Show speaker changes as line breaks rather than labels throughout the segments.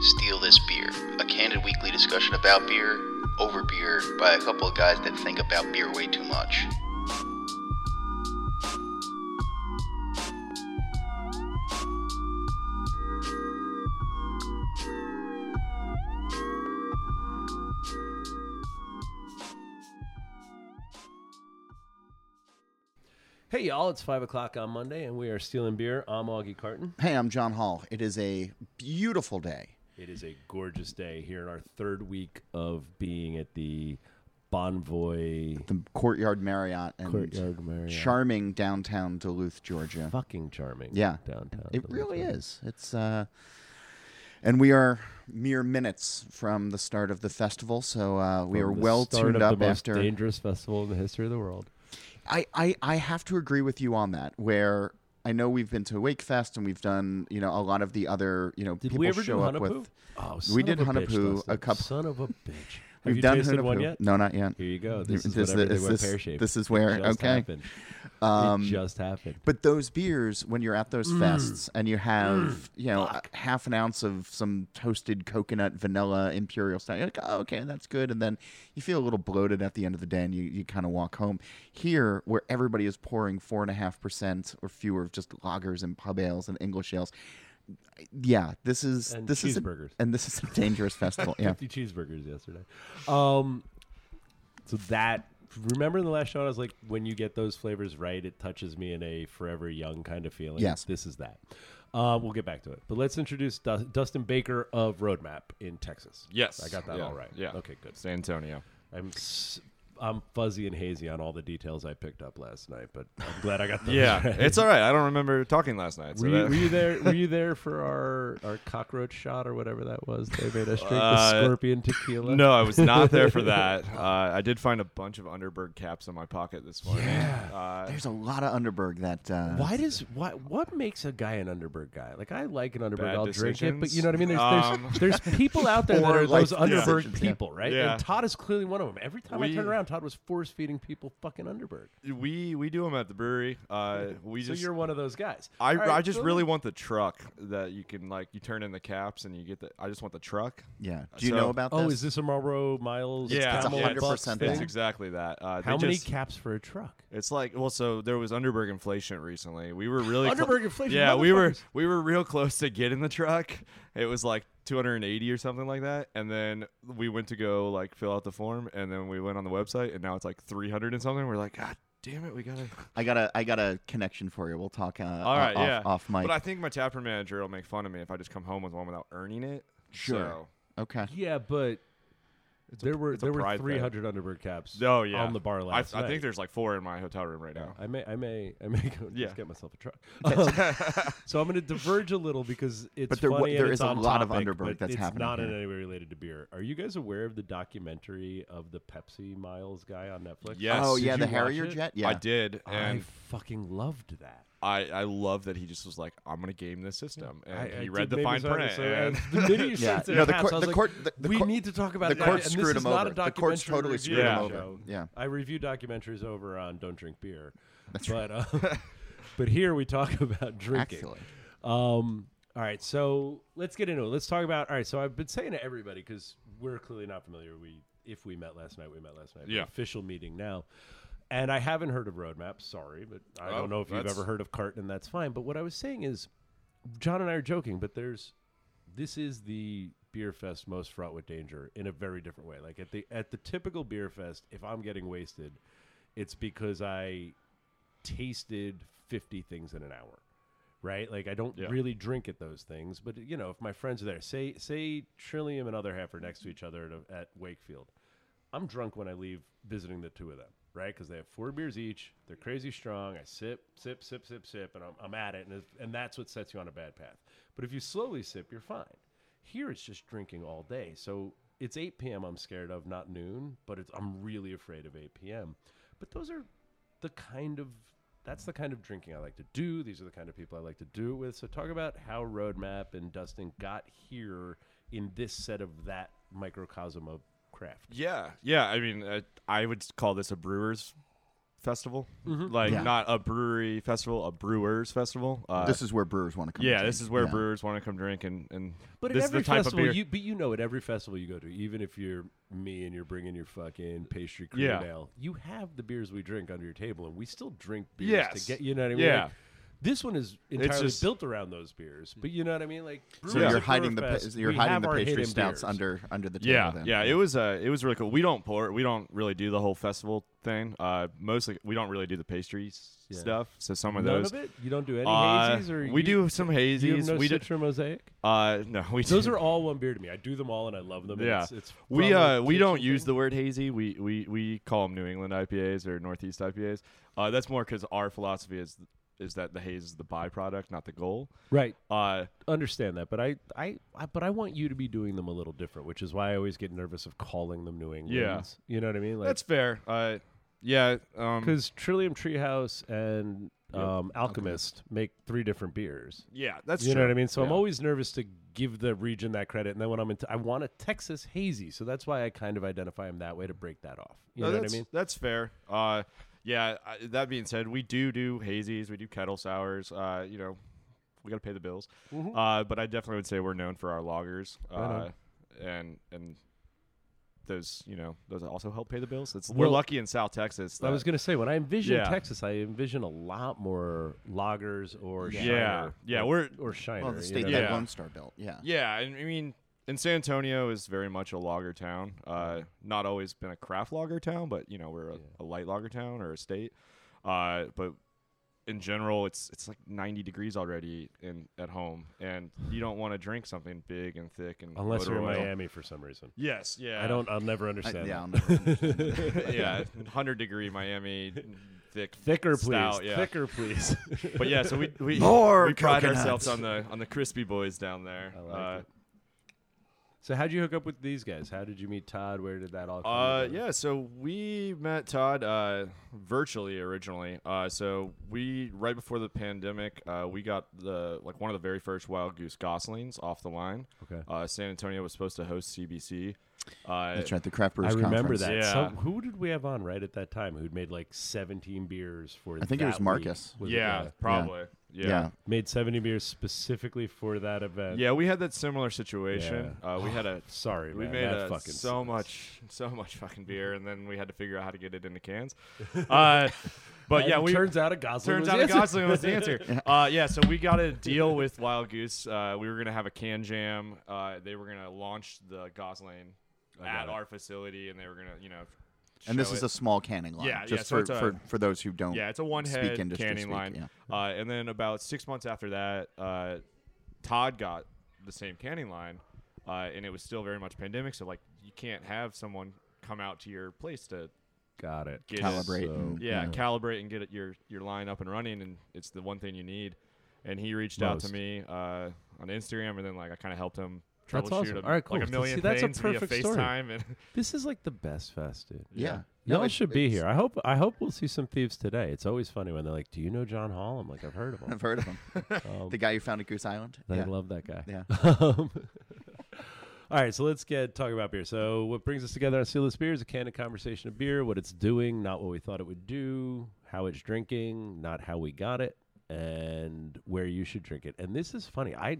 Steal This Beer, a candid weekly discussion about beer, over beer, by a couple of guys that think about beer way too much.
Hey, y'all, it's 5 o'clock on Monday, and we are stealing beer. I'm Augie Carton.
Hey, I'm John Hall. It is a beautiful day.
It is a gorgeous day here in our third week of being at the Bonvoy
The Courtyard Marriott and
Courtyard Marriott.
charming downtown Duluth, Georgia.
Fucking charming.
Yeah.
Downtown.
It
Duluth.
really is. It's uh and we are mere minutes from the start of the festival, so uh, we
From
are
the
well
start
tuned
of
up
the most
after
dangerous festival in the history of the world.
I, I, I have to agree with you on that. Where I know we've been to Wakefest and we've done you know a lot of the other you know
Did
people
we ever
show
do
up
Hanapu?
with.
oh,
we did
of a bitch,
Hanapu
Dustin.
a couple-
Son of a bitch. Have
We've
you
done
tasted
Hanapu.
one yet?
No, not yet.
Here you go. This is,
This-
what everything
this-
went
this-
pear-shaped.
this is
It
where-
just
okay.
happened.
Um,
it just happened.
But those beers, when you're at those
Mm.
fests and you have, you know, a- half an ounce of some toasted coconut vanilla imperial style, you're like, oh, okay, that's good. And then you feel a little bloated at the end of the day and you, you kind of walk home. Here, where everybody is pouring 4.5% or fewer of just lagers and pub ales and English ales, yeah, this is
And
this is a-
cheeseburgers.
and this is a dangerous festival. Yeah,
50 cheeseburgers yesterday. Um, so that remember in the last show I was like, when you get those flavors right, it touches me in a forever young kind of feeling.
Yes.
this is that. Uh, we'll get back to it, but let's introduce Dus- Dustin Baker of Roadmap in Texas.
Yes,
I got that
yeah,
all right.
Yeah.
okay, good.
San Antonio.
I'm s- I'm fuzzy and hazy on all the details I picked up last night, but I'm glad I got those.
Yeah,
right.
it's all right. I don't remember talking last night. So
Were you,
that-
were you there? Were you there for our, our cockroach shot or whatever that was? They made us drink the
Uh,
scorpion tequila.
no, I was not there for that. Uh, I did find a bunch of Underberg caps in my pocket this morning. Uh,
there's a lot of Underberg that. Uh,
Why does why what makes a guy an Underberg guy? Like I like an Underberg,
Bad
I'll drink it, but you know what I mean. There's
decisions. Um,
there's, there's people out there that
Poor
are those
life
Underberg
decisions, yeah.
people, right?
Yeah.
And Todd is clearly one of them. Every time I
We-
turn around, Todd was force feeding people fucking Underberg.
we we do them at the brewery. Uh, we
So
just
you're one of those guys.
I,
All right,
I just
so-
really want the truck that you can like you turn in the caps and you get the. I just want the truck.
Yeah. Do you
So-
know about
Oh,
this?
is this a Marlboro Miles?
yeah,
It's a
Camel
hundred
Buck
percent
thing?
It's
that.
exactly that. Uh,
How
they
many
just-
caps for a truck?
It's like well, so there was Underberg inflation recently. We were really clo-
Underberg inflation,
Yeah, we were
motherfuckers.
we were real close to getting the truck. It was like 280 or something like that, and then we went to go like fill out the form, and then we went on the website, and now it's like 300 and something. We're like, God damn it, we gotta.
I got a I got a connection for you. We'll talk. Uh,
All right,
off,
yeah,
off mic.
But I think my taproom manager will make fun of me if I just come home with one without earning it.
Sure. okay.
Yeah, but there were
it's a
there were
pride thing.
300 Underberg caps.
So, oh yeah,
on the bar last
I, I
night.
think there's like four in my hotel room right now.
I may, I may, I may go and
Yeah.
just get myself a truck. Um, so I'm going to diverge a little because it's
But there wa-
funny and
there
it's
is a
on
lot of
topic,
Underberg
but
that's
it's
happening
Not in
here.
any way related to beer. Are you guys aware of the documentary of the Pepsi Miles guy on Netflix?
Yes.
oh
Did
yeah,
you
the
watch
Harrier
it?
jet. Yeah.
I did, and
I fucking loved that.
I, I love that he just was like, I'm gonna game this system, and
I, I
he
did
read the
maybe
fine
so-
print.
so,
and-
uh, the minute you
Yeah.
said
You know, the
Caps,
court-
I was
the
like,
court- the- the
we
court-
need to talk about
the
that.
court
and
screwed
this is
him
not
over.
A
The court's
documentary
totally
review
screwed him
show.
over. Yeah.
I review documentaries over on Don't Drink Beer. That's but, uh, but here we talk about drinking.
Actually.
Um, all right, so let's get into it. Let's talk about. All right, so I've been saying to everybody because we're clearly not familiar. We if we met last night, we met last night. but
Yeah.
official meeting now. And I haven't heard of Roadmap. Sorry, but I
Oh,
don't know if you've
that's-
ever heard of Carton. and That's fine. But what I was saying is, John and I are joking, but there's this is the beer fest most fraught with danger in a very different way. Like at the at the typical beer fest, if I'm getting wasted, it's because I tasted 50 things in an hour. Right? Like I don't
Yeah.
really drink at those things, but you know, if my friends are there, say say Trillium and other half are next to each other at, a, at Wakefield. I'm drunk when I leave visiting the two of them. right? Because they have four beers each. They're crazy strong. I sip, sip, sip, sip, sip, and I'm, I'm at it. And, it's- and that's what sets you on a bad path. But if you slowly sip, you're fine. Here it's just drinking all day. So it's 8 p.m. I'm scared of, not noon, but it's, I'm really afraid of 8 p.m. But those are the kind of that's the kind of drinking I like to do. These are the kind of people I like to do it with. So talk about how Roadmap and Dustin got here in this set of that microcosm of craft.
Yeah, yeah. I mean, uh, I would call this a brewers festival,
Mm-hmm.
like
Yeah.
not a brewery festival, a brewers festival. Uh,
this is where brewers want to come.
yeah,
to.
this is where
Yeah.
brewers want to come drink and and
But at
this is the
every
type
festival,
of beer.
you but you know, at every festival you go to, even if you're me and you're bringing your fucking pastry cream
Yeah.
ale, you have the beers we drink under your table, and we still drink beers
Yes.
to get. You know what I mean?
Yeah.
Like, this one is entirely
just-
built around those beers, but you know what I mean? Like,
So
Brewers
you're
at
hiding the
Brewfest,
pa- you're
we
hiding
have
the
our
pastry
hidden
stouts
beers.
under under the table.
yeah,
then.
yeah. It was uh, it was really cool. We don't pour. We don't really do the whole festival thing. Uh, mostly we don't really do the pastries
Yeah.
stuff. So some of
None
those.
of it. You don't do any
Uh,
hazies, or
we
you-
do some hazies.
You have no
we do,
Citra Mosaic.
uh, no, we
Those
do-
are all one beer to me. I do them all, and I love them. and
Yeah,
it's, it's
we
from a
uh we don't
kitchen
use
thing.
the word hazy. We we we call them New England IPAs or Northeast IPAs. Uh, that's more because our philosophy is is that the haze is the byproduct, not the goal.
right.
Uh,
Understand that, but I, I, I, but I want you to be doing them a little different, which is why I always get nervous of calling them New England. you know what I mean. Like,
that's fair. Uh, yeah. Um.
because Trillium Treehouse and um, Alchemist make three different beers.
Yeah, that's
you
true.
know what I mean. So I'm
Yeah.
always nervous to give the region that credit, and then when I'm in, I want a Texas hazy, so that's why I kind of identify them that way to break that off. You
No,
know what I
that's-
mean?
That's fair. Uh, yeah. I, that being said, we do do hazies. We do kettle sours. Uh, you know, we got to pay the bills. Uh, but I definitely would say we're known for our loggers. Uh,
Mm-hmm. on.
and and those you know those also help pay the bills. It's, we're
Well,
lucky in South Texas.
I was
that-
gonna say when I envision
Yeah.
Texas, I envision a lot more loggers or
Yeah.
Shiner,
Yeah. Yeah,
or,
we're-
or Shiner.
Well, the
you
state
know?
Yeah.
that Lone Star built. Yeah.
Yeah, and I mean, and San Antonio is very much a logger town. Uh, not always been a craft logger town, but you know we're a, a light logger town or a state. Uh, but in general, it's it's like 90 degrees already in at home, and you don't want to drink something big and thick and
Unless
motor
you're in
oil.
Miami for some reason,
Yes, yeah,
I don't. I'll never
I,
understand.
yeah.
that.
I'll never-
yeah, 100 degree Miami, thick,
Thicker, please.
stout, yeah.
Thicker, please.
But yeah, so we we,
More
we pride
coconuts.
ourselves on the on the crispy boys down there.
like
uh,
it. so how'd you hook up with these guys? How did you meet Todd? Where did that all? Come
Uh,
together?
yeah, so we met Todd uh, virtually originally. Uh, so we right before the pandemic, uh, we got the like one of the very first Wild Goose Goslings off the line.
Okay.
Uh, San Antonio was supposed to host CBC. Uh,
That's right. The craft brewers.
I remember
Conference.
that.
Yeah.
So who did we have on right at that time? Who'd made like 17 beers for?
I think it was
that week?
Marcus.
Was it-
Yeah, probably. Yeah.
Yeah.
yeah.
made 70 beers specifically for that event.
we had that similar situation. Uh, we had a
Sorry,
we
man,
made
that
uh,
fucking
so
sucks.
much, so much fucking beer, and then we had to figure out how to get it into cans. Uh, but
And
yeah, we
turns out a Gosling.
Turns
was
out
the
a
answer.
Gosling was the answer. Uh, yeah, so we got a deal with Wild Goose. Uh, we were gonna have a can jam. Uh, they were gonna launch the Gosling at
it.
our facility, and they were gonna, you know.
And this
show
is
it.
a small canning line.
Yeah, yeah,
Just
so
for,
it's a-
for for those who don't.
yeah, it's a one head
speak industry
canning
speak,
line.
yeah.
Uh, and then about six months after that, uh, Todd got the same canning line, uh, and it was still very much pandemic. So like, you can't have someone come out to your place to
Got it.
get it.
Calibrate.
So-
and,
yeah,
you know,
calibrate and get it- your your line up and running, and it's the one thing you need. And he reached out to
Most.
me uh, on Instagram, and then like I kind of helped him
That's
troubleshoot
awesome.
a-
All right,
like
cool.
a million
See, that's a
things via
perfect story.
FaceTime. And
This is like the best fest, dude.
yeah.
No,
it-
Y'all should be
it's-
here. I hope. I hope we'll see some thieves today. It's always funny when they're like, "Do you know John Hall?" I'm like, "I've heard of him."
I've heard of him.
Um,
the guy who founded Goose Island.
I
Yeah.
love that guy.
Yeah.
Um, all right, so let's get talking about beer. So, what brings us together on Seal This Beer is a candid conversation of beer, what it's doing, not what we thought it would do, how it's drinking, not how we got it, and where you should drink it. And this is funny. I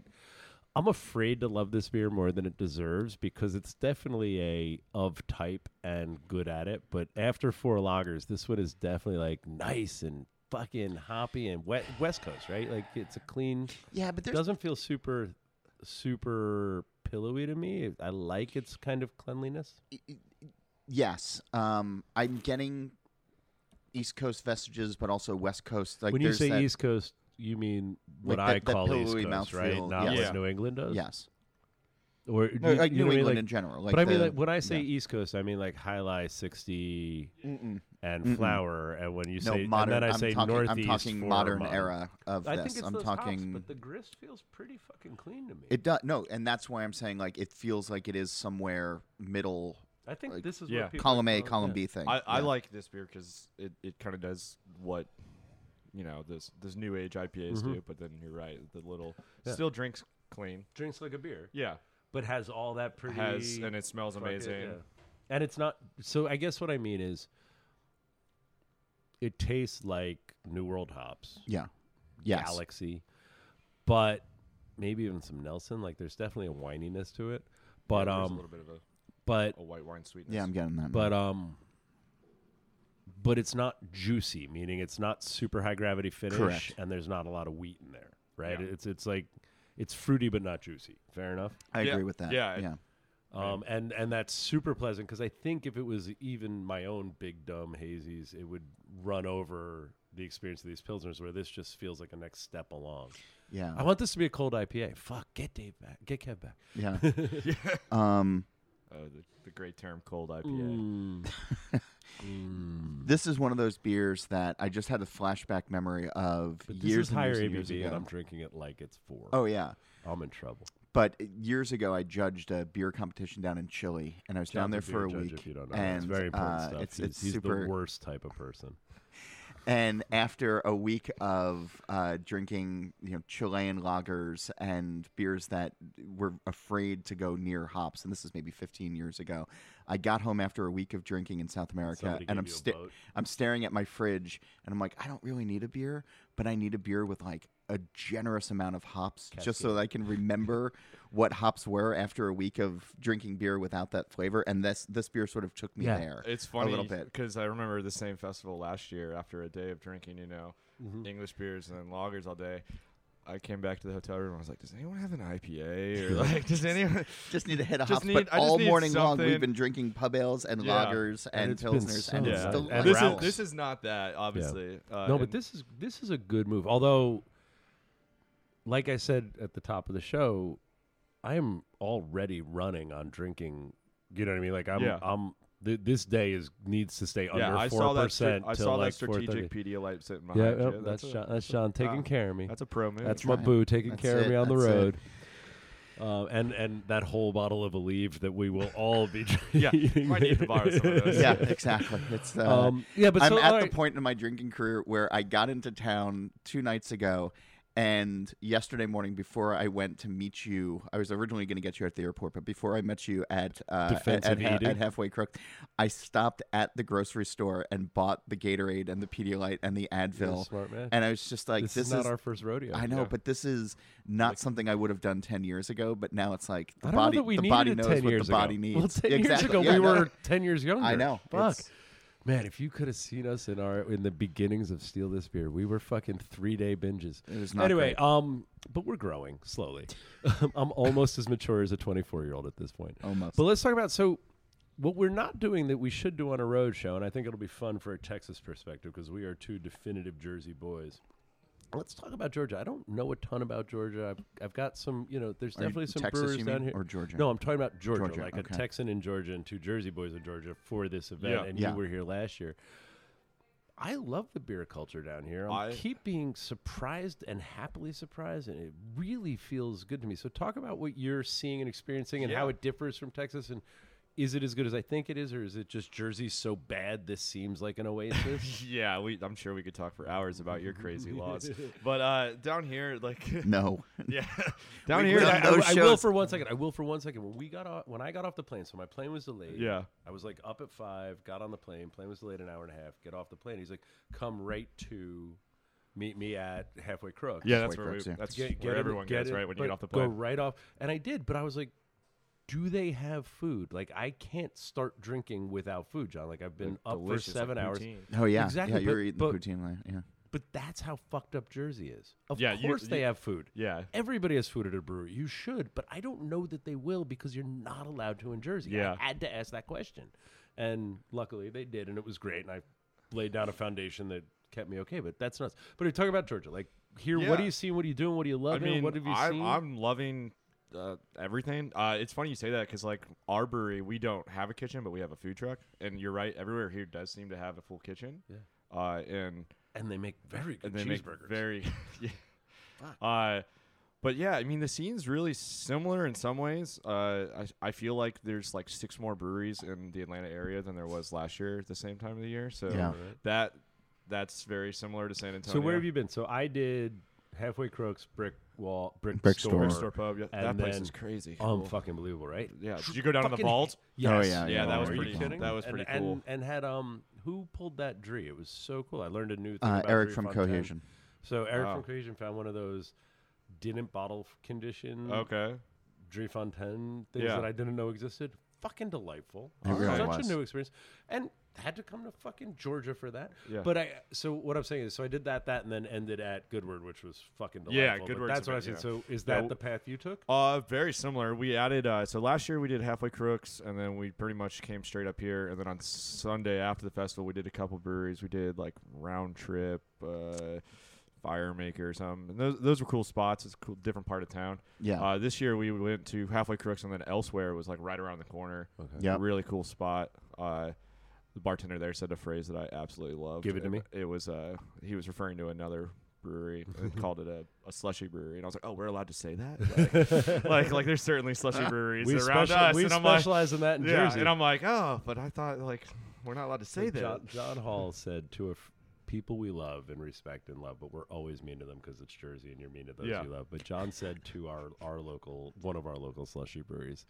I'm afraid to love this beer more than it deserves because it's definitely a of type and good at it. But after four lagers, this one is definitely like nice and fucking hoppy and wet West Coast, right? Like it's a clean
Yeah, but there's
doesn't feel super super pillowy to me. I like its kind of cleanliness.
yes. Um, I'm getting East Coast vestiges, but also West Coast. Like
when you
there's
say
that,
East Coast, you mean what
Like
I
that- that
call East
pillowy
Coast, right?
mouthfeel,
Not
yes.
what New England does.
yes,
Or
no,
you-
like
you know
New
what I mean?
England
Like-
in general. Like
but I mean,
the-
like when I say
yeah.
East Coast, I mean like high lie sixty,
Mm-mm.
and
Mm-mm.
flour. And when you
no
say,
modern.
and then I
I'm
say
talking,
northeast
I'm talking
for
modern
mon-
era of
I
this.
think it's
I'm
those hops,
talking.
but the grist feels pretty fucking clean to me.
it does no, and that's why I'm saying like it feels like it is somewhere middle
I think
like,
this is
yeah.
what people
column
are
A,
calling-
column
yeah.
B thing.
I, I
Yeah.
like this beer because it, it kind of does what you know this this new age IPAs
Mhm.
do. But then you're right, the little
Yeah.
still drinks clean.
Drinks like a beer,
Yeah,
but has all that pretty
has and it smells
fuck it,
amazing.
yeah. And it's not. So I guess what I mean is, it tastes like New World hops,
yeah, yes,
Galaxy, but maybe even some Nelson. Like there's definitely a wininess to it, but
There's a
um,
little bit of a,
but
a white wine sweetness.
yeah, I'm getting that.
but um but it's not juicy meaning it's not super high gravity finish
Correct.
and there's not a lot of wheat in there right
Yeah.
it's it's like it's fruity but not juicy fair enough
I
yeah,
agree with that.
yeah, it-
yeah,
um and and that's super pleasant because i think if it was even my own big dumb hazies it would run over the experience of these pilsners where this just feels like a next step along
yeah.
i want this to be a cold ipa fuck get dave back get kev back
Yeah. Um,
Oh, the, the great term, cold IPA.
this is one of those beers that I just had a flashback memory of
but this
years
is
and
higher
years and
abv
years
and
ago.
i'm drinking it like it's four.
oh yeah,
i'm in trouble
but years ago I judged a beer competition down in Chile, and I was down
John's
there
a
for a
beer judge,
week.
If you don't know.
and
it's very important
uh,
stuff.
It's,
he's
it's
he's
super
the worst type of person.
And after a week of uh, drinking, you know, Chilean lagers and beers that were afraid to go near hops, and this is maybe 15 years ago, I got home after a week of drinking in South America,
Somebody gave
and I'm
you a
sta-
boat.
I'm staring at my fridge, and I'm like, I don't really need a beer, but I need a beer with like a generous amount of hops, just so that I can remember what hops were after a week of drinking beer without that flavor. And this this beer sort of took me
Yeah.
there.
It's funny
little bit.
because I remember the same festival last year. After a day of drinking, you know,
Mm-hmm.
Hmm.
English beers and then lagers all day, I came back to the hotel room. and I was like, "Does anyone have an IPA?" Or like, "Does anyone?"
Just need a hit of
Just
hops,
need-
but
I just
all
need
morning long we've
something-
been drinking pub ales and
Yeah.
lagers
And
and,
it's been
pilsners, and
so
it's
good.
still
And
this is
growls.
this is not that obviously. Uh,
no, but
and-
this is this is a good move. Although, like I said at the top of the show, I am already running on drinking. You know what I mean? Like I'm
Yeah.
I'm. Th- this day is needs to stay
yeah,
under
I
four
saw that. stra-
percent
I
till
saw
like
that strategic
4:30.
Pedialyte sitting behind
Yeah,
you.
yep, that's
a-
Sean. That's Sean taking
wow.
care of me.
That's a pro move.
That's my
right.
boo taking
That's
care of
it.
me on the
That's it.
road. Um, and and that whole bottle of Aleve that we will all be
yeah,
drinking.
might need to borrow some of those.
yeah, exactly. It's uh,
Um, yeah, but
I'm
so,
at
all right.
the point in my drinking career where I got into town two nights ago, and yesterday morning before I went to meet you, I was originally going to get you at the airport, but before I met you at uh, at,
Defensive
at, ha-
eating.
at halfway crook, I stopped at the grocery store and bought the Gatorade and the Pedialyte and the
You're a
Advil,
smart man.
and I was just like,
this,
"This,
is not our first rodeo.
I know,
Yeah.
but this is not something I would have done ten years ago. But now it's like the
I don't
body,
know that we
the
needed
body
it
knows
10
what
years
the body
ago.
needs.
Well, 10 years
exactly.
ago,
Yeah,
we
no.
were 10 years younger.
I know.
Fuck.
It's-
Man, if you could have seen us in our in the beginnings of Steal This Beer, we were fucking three day binges.
It was not
anyway,
great.
um, but we're growing slowly. I'm almost as mature as a 24 year old at this point.
Almost.
But let's talk about so what we're not doing that we should do on a road show, and I think it'll be fun for a Texas perspective because we are two definitive Jersey boys. Let's talk about Georgia. I don't know a ton about Georgia. I've, I've got some, you know, there's
you-
definitely some
Texas,
brewers
you
down
mean,
here.
or Georgia?
No, I'm talking about Georgia,
Georgia,
like
okay.
a Texan in Georgia and two Jersey boys in Georgia for this event.
Yeah.
and
Yeah.
you were here last year. I love the beer culture down here. I
I-
keep being surprised and happily surprised, and it really feels good to me. So, talk about what you're seeing and experiencing, and how
Yeah.
it differs from Texas, and is it as good as I think it is, or is it just Jersey's so bad this seems like an oasis?
Yeah, we, I'm sure we could talk for hours about your crazy laws, but uh, down here, like,
No,
yeah, down here,
We've
But I,
done
that-
I-
those
I will
shows-
for one second. I will for one second. When we got off, when I got off the plane, so my plane was delayed.
Yeah.
I was like up at five, got on the plane. Plane was delayed an hour and a half. Get off the plane. He's like, come right to meet me at halfway crook.
yeah,
White
that's where we,
Crux, yeah.
that's
Get- get
where
in-
everyone
get
gets
in-
right when you
but
get off the
go
plane.
right off. And I did, but I was like, do they have food? Like I can't start drinking without food, John. Like I've been up for
delicious, like
seven hours.
poutine.
oh yeah,
Exactly,
Yeah, you
but-
were eating
but-
the poutine. Like, yeah,
But that's how fucked up Jersey is. Of
Yeah, you-
course they
you-
have food.
Yeah,
Everybody has food at a brewery. You should, but I don't know that they will because you're not allowed to in Jersey.
Yeah.
I had to ask that question. And luckily they did, and it was great. And I laid down a foundation that kept me okay, but that's nuts. But we talk about Georgia. Like, here, what
Yeah.
do you see? What are you doing? What are you loving?
I mean,
what have you
I'm,
seen?
I'm loving uh, everything. Uh, it's funny you say that because like our brewery, we don't have a kitchen, but we have a food truck. And you're right, everywhere here does seem to have a full kitchen.
Yeah.
Uh, and
and they make very good
and they make
cheeseburgers.
very. yeah. Uh, but yeah, I mean the scene's really similar in some ways. Uh, I I feel like there's like six more breweries in the Atlanta area than there was last year at the same time of the year. So
Yeah.
that that's very similar to San Antonio.
so where have you been? So I did halfway Crooks brick wall brick,
Brick
store.
Store.
Store pub? Yeah, that
and
place
then-
is crazy.
Um,
cool.
fucking believable, right?
Yeah. Did you go down to the
fucking-
vault?
Yes. Oh, yeah,
Yeah, that was
Are you
pretty.
kidding?
That was
And-
pretty
and,
cool.
And, had um, who pulled that Dree? It was so cool. I learned a new thing.
Uh,
about
Eric
Dree
from
Fontaine.
Cohesion.
So Eric
Wow.
from Cohesion found one of those didn't bottle f- condition
okay.
Dre Fontaine things
Yeah.
that I didn't know existed. Fucking delightful.
It really
Such
was.
a new experience. And had to come to fucking Georgia for that.
Yeah.
But I so what I'm saying is so I did that, that, and then ended at Goodword, which was fucking delightful.
Yeah,
But
Goodword's
That's what I
amazing,
said.
yeah.
So is
Yeah,
that
w-
the path you took?
Uh, very similar. We added uh, so last year we did halfway crooks, and then we pretty much came straight up here. And then on Sunday after the festival, we did a couple breweries. We did like round trip, uh, fire maker or something. And those those were cool spots. It's a cool different part of town.
Yeah.
Uh, this year we went to halfway crooks, and then elsewhere was like right around the corner.
Okay.
Yep.
Really cool spot. Uh, the bartender there said a phrase that I absolutely loved.
Give it to me.
It was uh, he was referring to another brewery and called it a, a slushy brewery, and I was like, oh, we're allowed to say that. Like, like, like there's certainly slushy breweries
We,
around
special-
us,
we
and I'm like,
specialize in that in
yeah,
Jersey.
and I'm like, oh, but I thought like we're not allowed to say
So
that.
John, John Hall said to a f- people we love and respect and love, but we're always mean to them because it's Jersey and you're mean to those
Yeah.
you love. But John said to our our local one of our local slushy breweries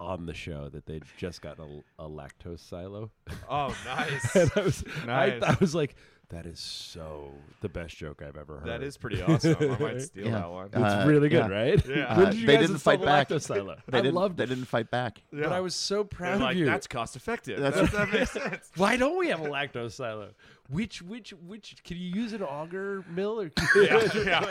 on the show that they'd just gotten a, a lactose silo.
Oh, nice.
and I was, I,
Nice.
I was like, that is so the best joke I've ever heard.
that is pretty awesome. I might steal
Yeah.
that one.
It's
Uh,
really good,
yeah.
right?
Yeah.
When
Uh,
did you
they
guys
didn't
install
fight
the
back.
lactose silo?
They
I
didn't,
loved
They
it.
didn't fight back.
Yeah.
But I was so
They're
proud of
like,
you.
that's cost effective.
That's
That's- that makes sense.
Why don't we have a lactose silo? Which which which can you use an auger mill or?
yeah, yeah.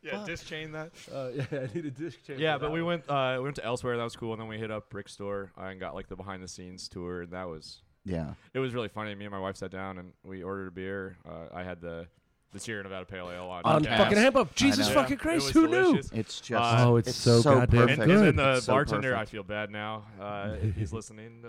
yeah dischain that.
Uh, yeah, I need a disc change.
Yeah, but we went uh, we went to elsewhere. That was cool. And then we hit up Brick Store uh, and got like the behind the scenes tour. And that was
Yeah.
it was really funny. Me and my wife sat down and we ordered a beer. Uh, I had the the Sierra Nevada Pale Ale on,
On
tap.
fucking
hemp up.
Jesus
Yeah,
know.
it was delicious.
It's just.
Uh,
Oh, it's so goddamn
And,
perfect.
and then the
It's so
bartender, I
perfect.
feel bad now. Uh, if he's listening.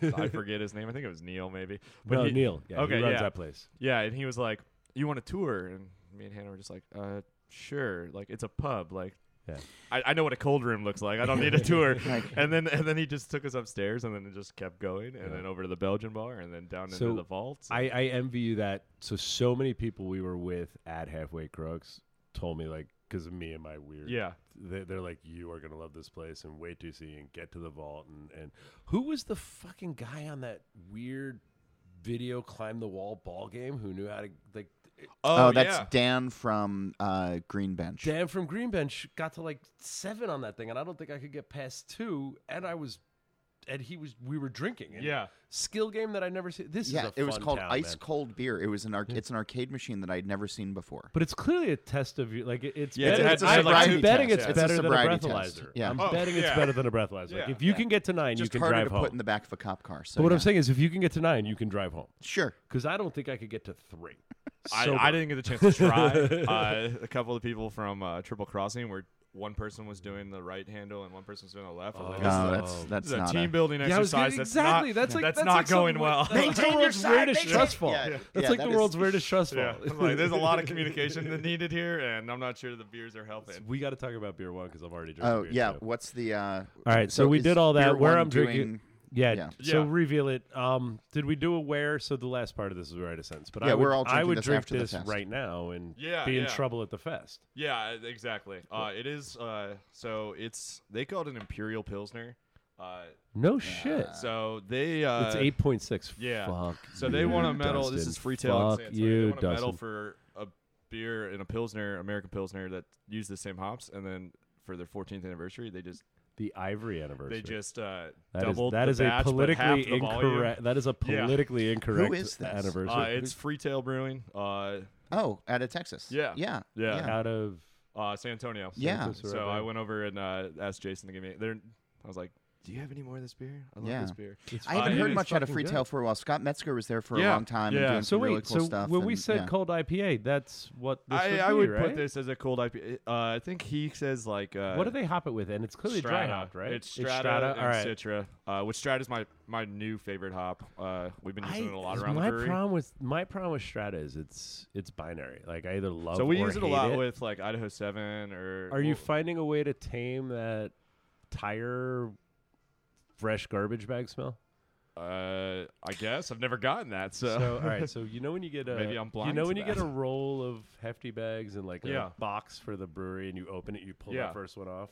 Uh, I forget his name. I think it was Neil, maybe. But
no,
he-
Neil. Yeah,
okay,
he runs
yeah.
that place.
Yeah, and he was like, "You want a tour?" And me and Hannah were just like, "Uh, sure. Like it's a pub. Like,
Yeah.
I, I know what a cold room looks like. I don't need a tour." and then and then he just took us upstairs, and then it just kept going, and
Yeah.
then over to the Belgian bar, and then down
So,
into the vaults.
I, I envy you that. So so many people we were with at Halfway Crooks told me like because of me and my weird.
yeah,
They, they're like, you are gonna love this place and wait to see and get to the vault and and who was the fucking guy on that weird video climb the wall ball game who knew how to like
oh, that's Dan from uh, Green Bench.
Dan from Greenbench got to like seven on that thing, and I don't think I could get past two. And I was, and he was, we were drinking. And
yeah.
Skill game that I never see. This is
yeah,
a
it was
fun
called
town,
Ice
man.
Cold Beer. It was an arc- it's an arcade machine that I'd never seen before.
But it's clearly a test of you. Like it- it's
Yeah,
better.
it had- it
I'm
had, like,
I'm
two
betting it's
tests, yeah.
It's a
better than a
sobriety test.
breathalyzer.
Yeah.
I'm
Oh,
betting it's
yeah.
better than a breathalyzer. Like
Yeah.
if you can get to nine,
just
you can
harder
drive
to
home.
put in the back of a cop car. So
but what I'm
yeah.
saying is, if you can get to nine, you can drive home.
sure.
Because I don't think I could get to three.
I,
Sober.
I didn't get the chance to try. uh, a couple of people from uh, Triple Crossing were. One person was doing the right handle and one person was doing the left. I was
Oh.
like, this is
No,
a-
that's that's
This is a
not
team building
Yeah, I was
exercise.
gonna-
that's
exactly.
Not,
that's like
that's
that's
not
like some
going
weird-
well.
That's like the world's weirdest trust fall.
Yeah,
That's
yeah,
like
that
the
is-
world's weirdest trust fall.
Yeah, I'm like, there's a lot of communication that needed here, and I'm not sure the beers are helping.
We got to talk about beer one because I've already drinking.
Oh
beer
yeah.
two.
What's the? Uh, all
All right, so, we did all that. Where I'm drinking, yeah,
yeah.
So
Yeah.
reveal it. Um, did we do a where? So the last part of this is where I a sentence, but
Yeah,
I would,
we're all
I
drinking
would
this
drink
after the
this
fest.
right now and
Yeah,
be in
yeah.
trouble at the fest.
Yeah, e- exactly. Uh, it is. Uh, so it's they call it an imperial pilsner. Uh,
No shit.
so they. Uh,
it's eight point six.
yeah.
Fuck
So they
you,
won a medal. This
Dustin.
is Freetown. in
Fuck
San Antonio.
you,
They won a medal
Dustin.
for a beer and a pilsner, American pilsner that used the same hops, and then for their 14th anniversary, they just
The ivory anniversary.
they just uh,
that is,
doubled
that
the
is
batch,
a
but half
politically
the volume.
incorrect. That is a
Yeah.
politically incorrect
is this?
anniversary.
Uh, it's Freetail Brewing. Uh,
Oh, out of Texas.
Yeah.
Yeah.
Yeah.
out of
uh, San Antonio.
Yeah.
Santos or
So I
whatever.
went over and uh, asked Jason to give me. They're, I was like, "Do you have any more of this beer? I love
Yeah.
this beer."
I
Uh,
haven't
it
heard
is
much out of
fucking
Free
good.
Tail for a while. Scott Metzger was there for a
Yeah.
long time
Yeah.
and doing
So
some really
wait,
cool
so
stuff.
when we
and-
said
yeah.
cold IPA, that's what this
I,
would
I
be,
would
right?
put this as a cold IPA. Uh, I think he says like uh,
what do they hop it with? And it's clearly dry
Strata.
hopped, right?
It's Strata, and
All right.
Citra, uh, which Strata is my, my new favorite hop. Uh, we've been using it a lot
is
around
my
the brewery.
problem with my problem with Strata is it's it's binary. Like I either love
so we
or
use it a
hate
lot with like Idaho Seven or.
Are you
well,
finding a way to tame that tire fresh garbage bag smell?
uh, I guess I've never gotten that. So,
all right, so you know when you get a
Maybe I'm
you
blind
know
to
when you
that.
get a roll of hefty bags and like a
Yeah.
box for the brewery and you open it, you pull
Yeah.
that first one off.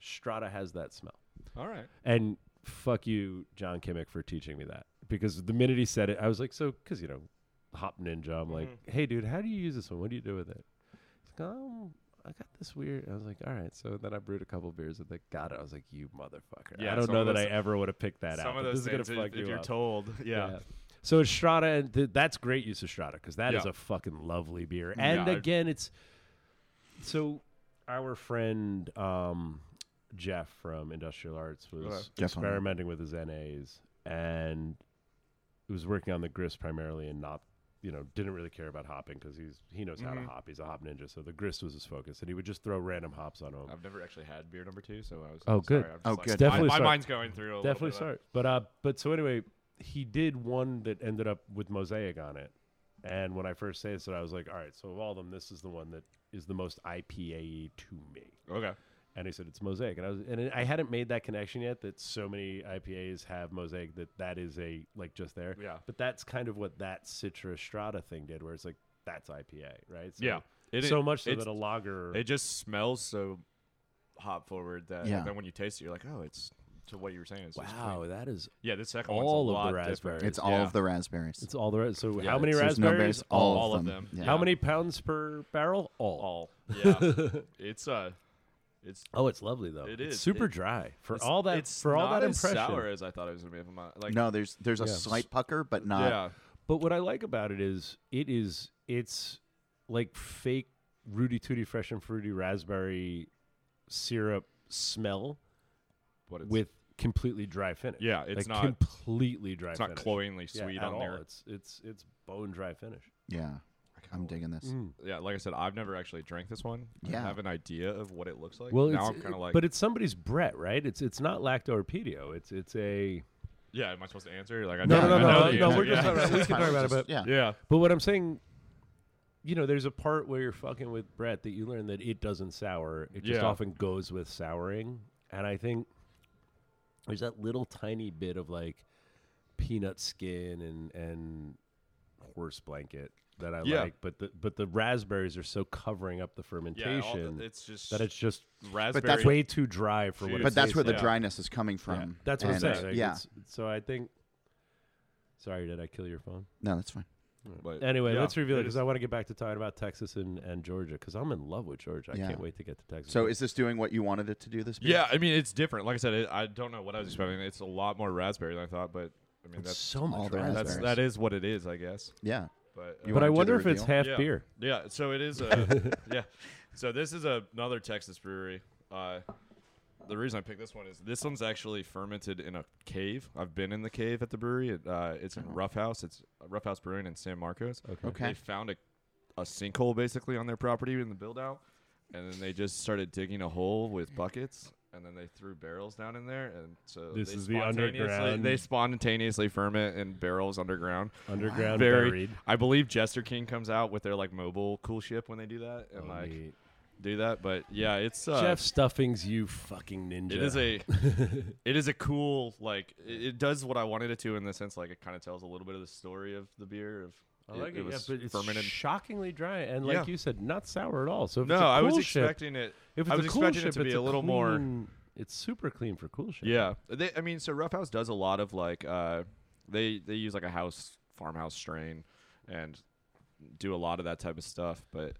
Strata has that smell.
all right.
And fuck you, John Kimmick, for teaching me that. Because the minute he said it, I was like, so, because, you know, Hop Ninja, I'm like,
Mm-hmm.
hey, dude, how do you use this one? What do you do with it? He's like, um, I got this weird. I was like, all right. So then I brewed a couple beers with it. Got it. I was like, you motherfucker.
Yeah,
I don't
some
know
of
that
those-
I ever would have picked that out.
Some
but
of those
this
things,
is gonna
if,
fuck
if
you
you are
up.
told, yeah.
So it's Strata, and th- that's great use of Strata because that is
Yeah.
a fucking lovely beer. And
Yeah, I-
again, it's so our friend um, Jeff from Industrial Arts was
Okay.
Jeff Hunter.
experimenting with his NAs and he was working on the grist primarily and not, you know, didn't really care about hopping because he's he knows how to
Mhm.
hop. He's a hop ninja, so the grist was his focus, and he would just throw random hops on them.
I've never actually had beer number two, so I was.
Oh,
sorry,
good.
I'm just
Oh,
like-
good.
my-
Definitely
My,
start.
mind's going through a little
Definitely
bit of that.
start. But uh, but so anyway, he did one that ended up with mosaic on it. And when I first tasted it, I was like, all right, so of all of them, this is the one that is the most IPA to me.
Okay.
And he said it's mosaic, and I was and I hadn't made that connection yet that so many IPAs have mosaic that that is a like just there.
Yeah.
But that's kind of what that Citra Strata thing did, where it's like that's IPA, right? So,
Yeah. It,
so much so
it's-
that a lager.
It just smells so hop forward that
Yeah.
then when you taste it, you're like, oh, it's to what you were saying. It's just clean.
wow, that is
Yeah, this second
all
one's a
of the
lot different.
raspberries.
It's all
Yeah.
of the raspberries.
it's all the ra- so
Yeah,
how many
it's-
There's no berries,
raspberries?
all,
all
of
of
them.
them.
Yeah.
How many pounds per barrel? All.
all. Yeah, it's uh, it's
Oh, it's lovely though.
It
It's
is.
super
It-
dry for
it's-
all that
It's
for all
not
that
as
impression.
sour as I thought it was gonna be. If I'm not, like,
No, there's there's a
Yeah.
slight pucker, but not.
yeah,
But what I like about it is it is it's like fake Rudy Tooty fresh and fruity raspberry syrup smell
but it's,
with completely dry finish.
yeah,
like
it's not
completely dry.
it's not
finish.
cloyingly
Yeah,
sweet
at
on
all.
there.
It's it's it's bone dry finish. Mm.
Yeah, I'm digging this.
Yeah, like I said, I've never actually drank this one.
Yeah.
I have an idea of what it looks like.
Well,
now
it's,
I'm kind of like,
but it's somebody's Brett, right? It's it's not lactorpedio. It's it's a
yeah, am I supposed to answer? Like, I
No,
know,
no,
I
no,
know
no,
the
no,
answer,
we're just
yeah.
talking about- we can talk about it,
Just-
but
yeah,
yeah,
But what I'm saying, you know, there's a part where you're fucking with Brett that you learn that it doesn't sour. It just
Yeah.
often goes with souring. And I think there's that little tiny bit of like peanut skin and and horse blanket that I
Yeah.
like, but the but the raspberries are so covering up the
yeah, all the-
fermentation
it's just
that it's just
raspberry.
that's
way too dry for what.
Juice.
it
but that's
tastes
where the
like.
dryness is coming from.
That's what I'm
And,
saying. Like,
yeah,
it's- so I think. Sorry, did I kill your phone?
no, that's fine.
but
Anyway,
yeah,
let's reveal it
is-
because I want to get back to talking about Texas and, and Georgia because I'm in love with Georgia. I
Yeah.
can't wait to get to Texas.
So is this doing what you wanted it to do? This beer?
Yeah, I mean it's different. Like I said, it, I don't know what I was expecting. It's a lot more raspberry than I thought, but I mean
it's
that's
so
all
much
the
that's
raspberry.
raspberries.
that is what it is, I guess.
yeah.
But
You
uh,
But I
wanna do
wonder
the
if it's
reveal?
half
yeah.
beer.
Yeah, so it is. Uh, yeah, so this is a, another Texas brewery. Uh, the reason I picked this one is this one's actually fermented in a cave. I've been in the cave at the brewery. It, uh, it's in Rough House. It's Rough House Brewing in San Marcos.
Okay.
They found a, a sinkhole basically on their property in the build out, and then they just started digging a hole with buckets, and then they threw barrels down in there, and so
This
they
is the
spontaneously-
underground-
They spontaneously ferment in barrels underground.
Underground
Very-
buried.
I believe Jester King comes out with their like mobile cool ship when they do that and like
Neat.
do that. But yeah, it's uh,
Jeff Stuffings, you fucking ninja.
It is a it is a cool like it, it does what I wanted it to in the sense like it kind of tells a little bit of the story of the beer of
I like it,
it was
yeah, but it's
fermented.
shockingly dry and,
Yeah.
like you said, not sour at all. So if
no,
it's a cool
I was
ship,
expecting it.
If it's
I was
a cool
expecting
ship,
it to be
it's
a little more
clean- It's super clean for cool ship.
Yeah, they, I mean, so Rough House does a lot of like uh, they they use like a house farmhouse strain and do a lot of that type of stuff, but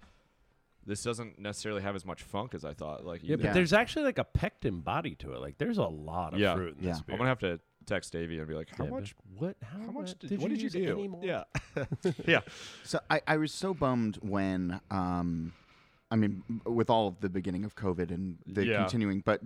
this doesn't necessarily have as much funk as I thought. Like,
Yeah, but
either.
Yeah.
there's actually like a pectin body to it. Like there's a lot of
Yeah.
fruit in this
Yeah.
beer.
I'm gonna have to text Davey and be like, how
Yeah, but
much?
What? How,
How much?
mu-
Did,
did
what
you
did you
use
do?
any more?
Yeah, yeah.
So I, I was so bummed when um I mean, with all of the beginning of COVID and the
Yeah.
continuing, but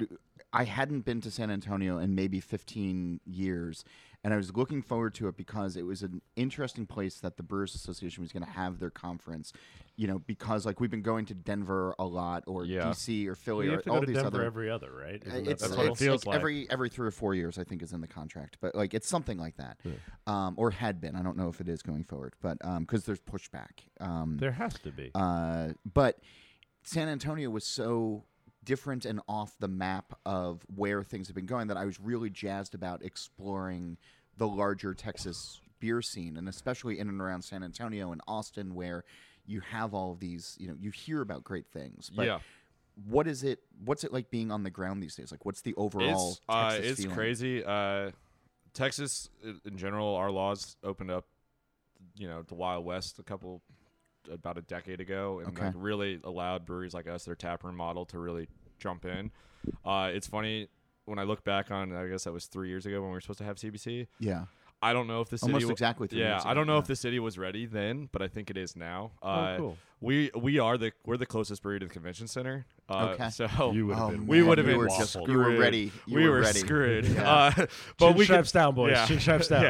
I hadn't been to San Antonio in maybe 15 years. And I was looking forward to it because it was an interesting place that the Brewers Association was going to have their conference. You know, because like we've been going to Denver a lot or
Yeah.
DC or Philly
We
or
have to
all
go to
these
Denver
other.
every other, right?
Uh,
Isn't that
it's
the
that's
plan?
what it
it's like
feels like.
every every three or four years I think is in the contract, but like it's something like that, um, or had been. I don't know if it is going forward, but because there's pushback. Um,
there has to be.
uh, but San Antonio was so different and off the map of where things have been going that I was really jazzed about exploring the larger Texas beer scene, and especially in and around San Antonio and Austin, where you have all of these. You know, you hear about great things, but
Yeah.
what is it? What's it like being on the ground these days? Like, what's the overall?
It's, uh,
Texas
it's
feeling?
crazy. Uh, Texas, i- in general, our laws opened up, you know, the Wild West a couple, about a decade ago, and
Okay.
like really allowed breweries like us, their taproom model, to really jump in. Uh, it's funny when I look back on, I guess that was three years ago when we were supposed to have CBC.
Yeah,
I don't know if the city
Almost
wa-
exactly three
yeah,
years
I
ago,
don't know
yeah.
if the city was ready then, but I think it is now. Uh,
cool.
We we are the we're the closest brewery to the convention center. Uh,
Okay.
so
You would have
Oh,
been.
we
man,
would have
you
been
were just-
waffled.
you were ready. You
we
were
were,
ready.
screwed.
Yeah.
Uh, but we
straps
could,
down, boys.
Yeah.
Chin straps
Yeah.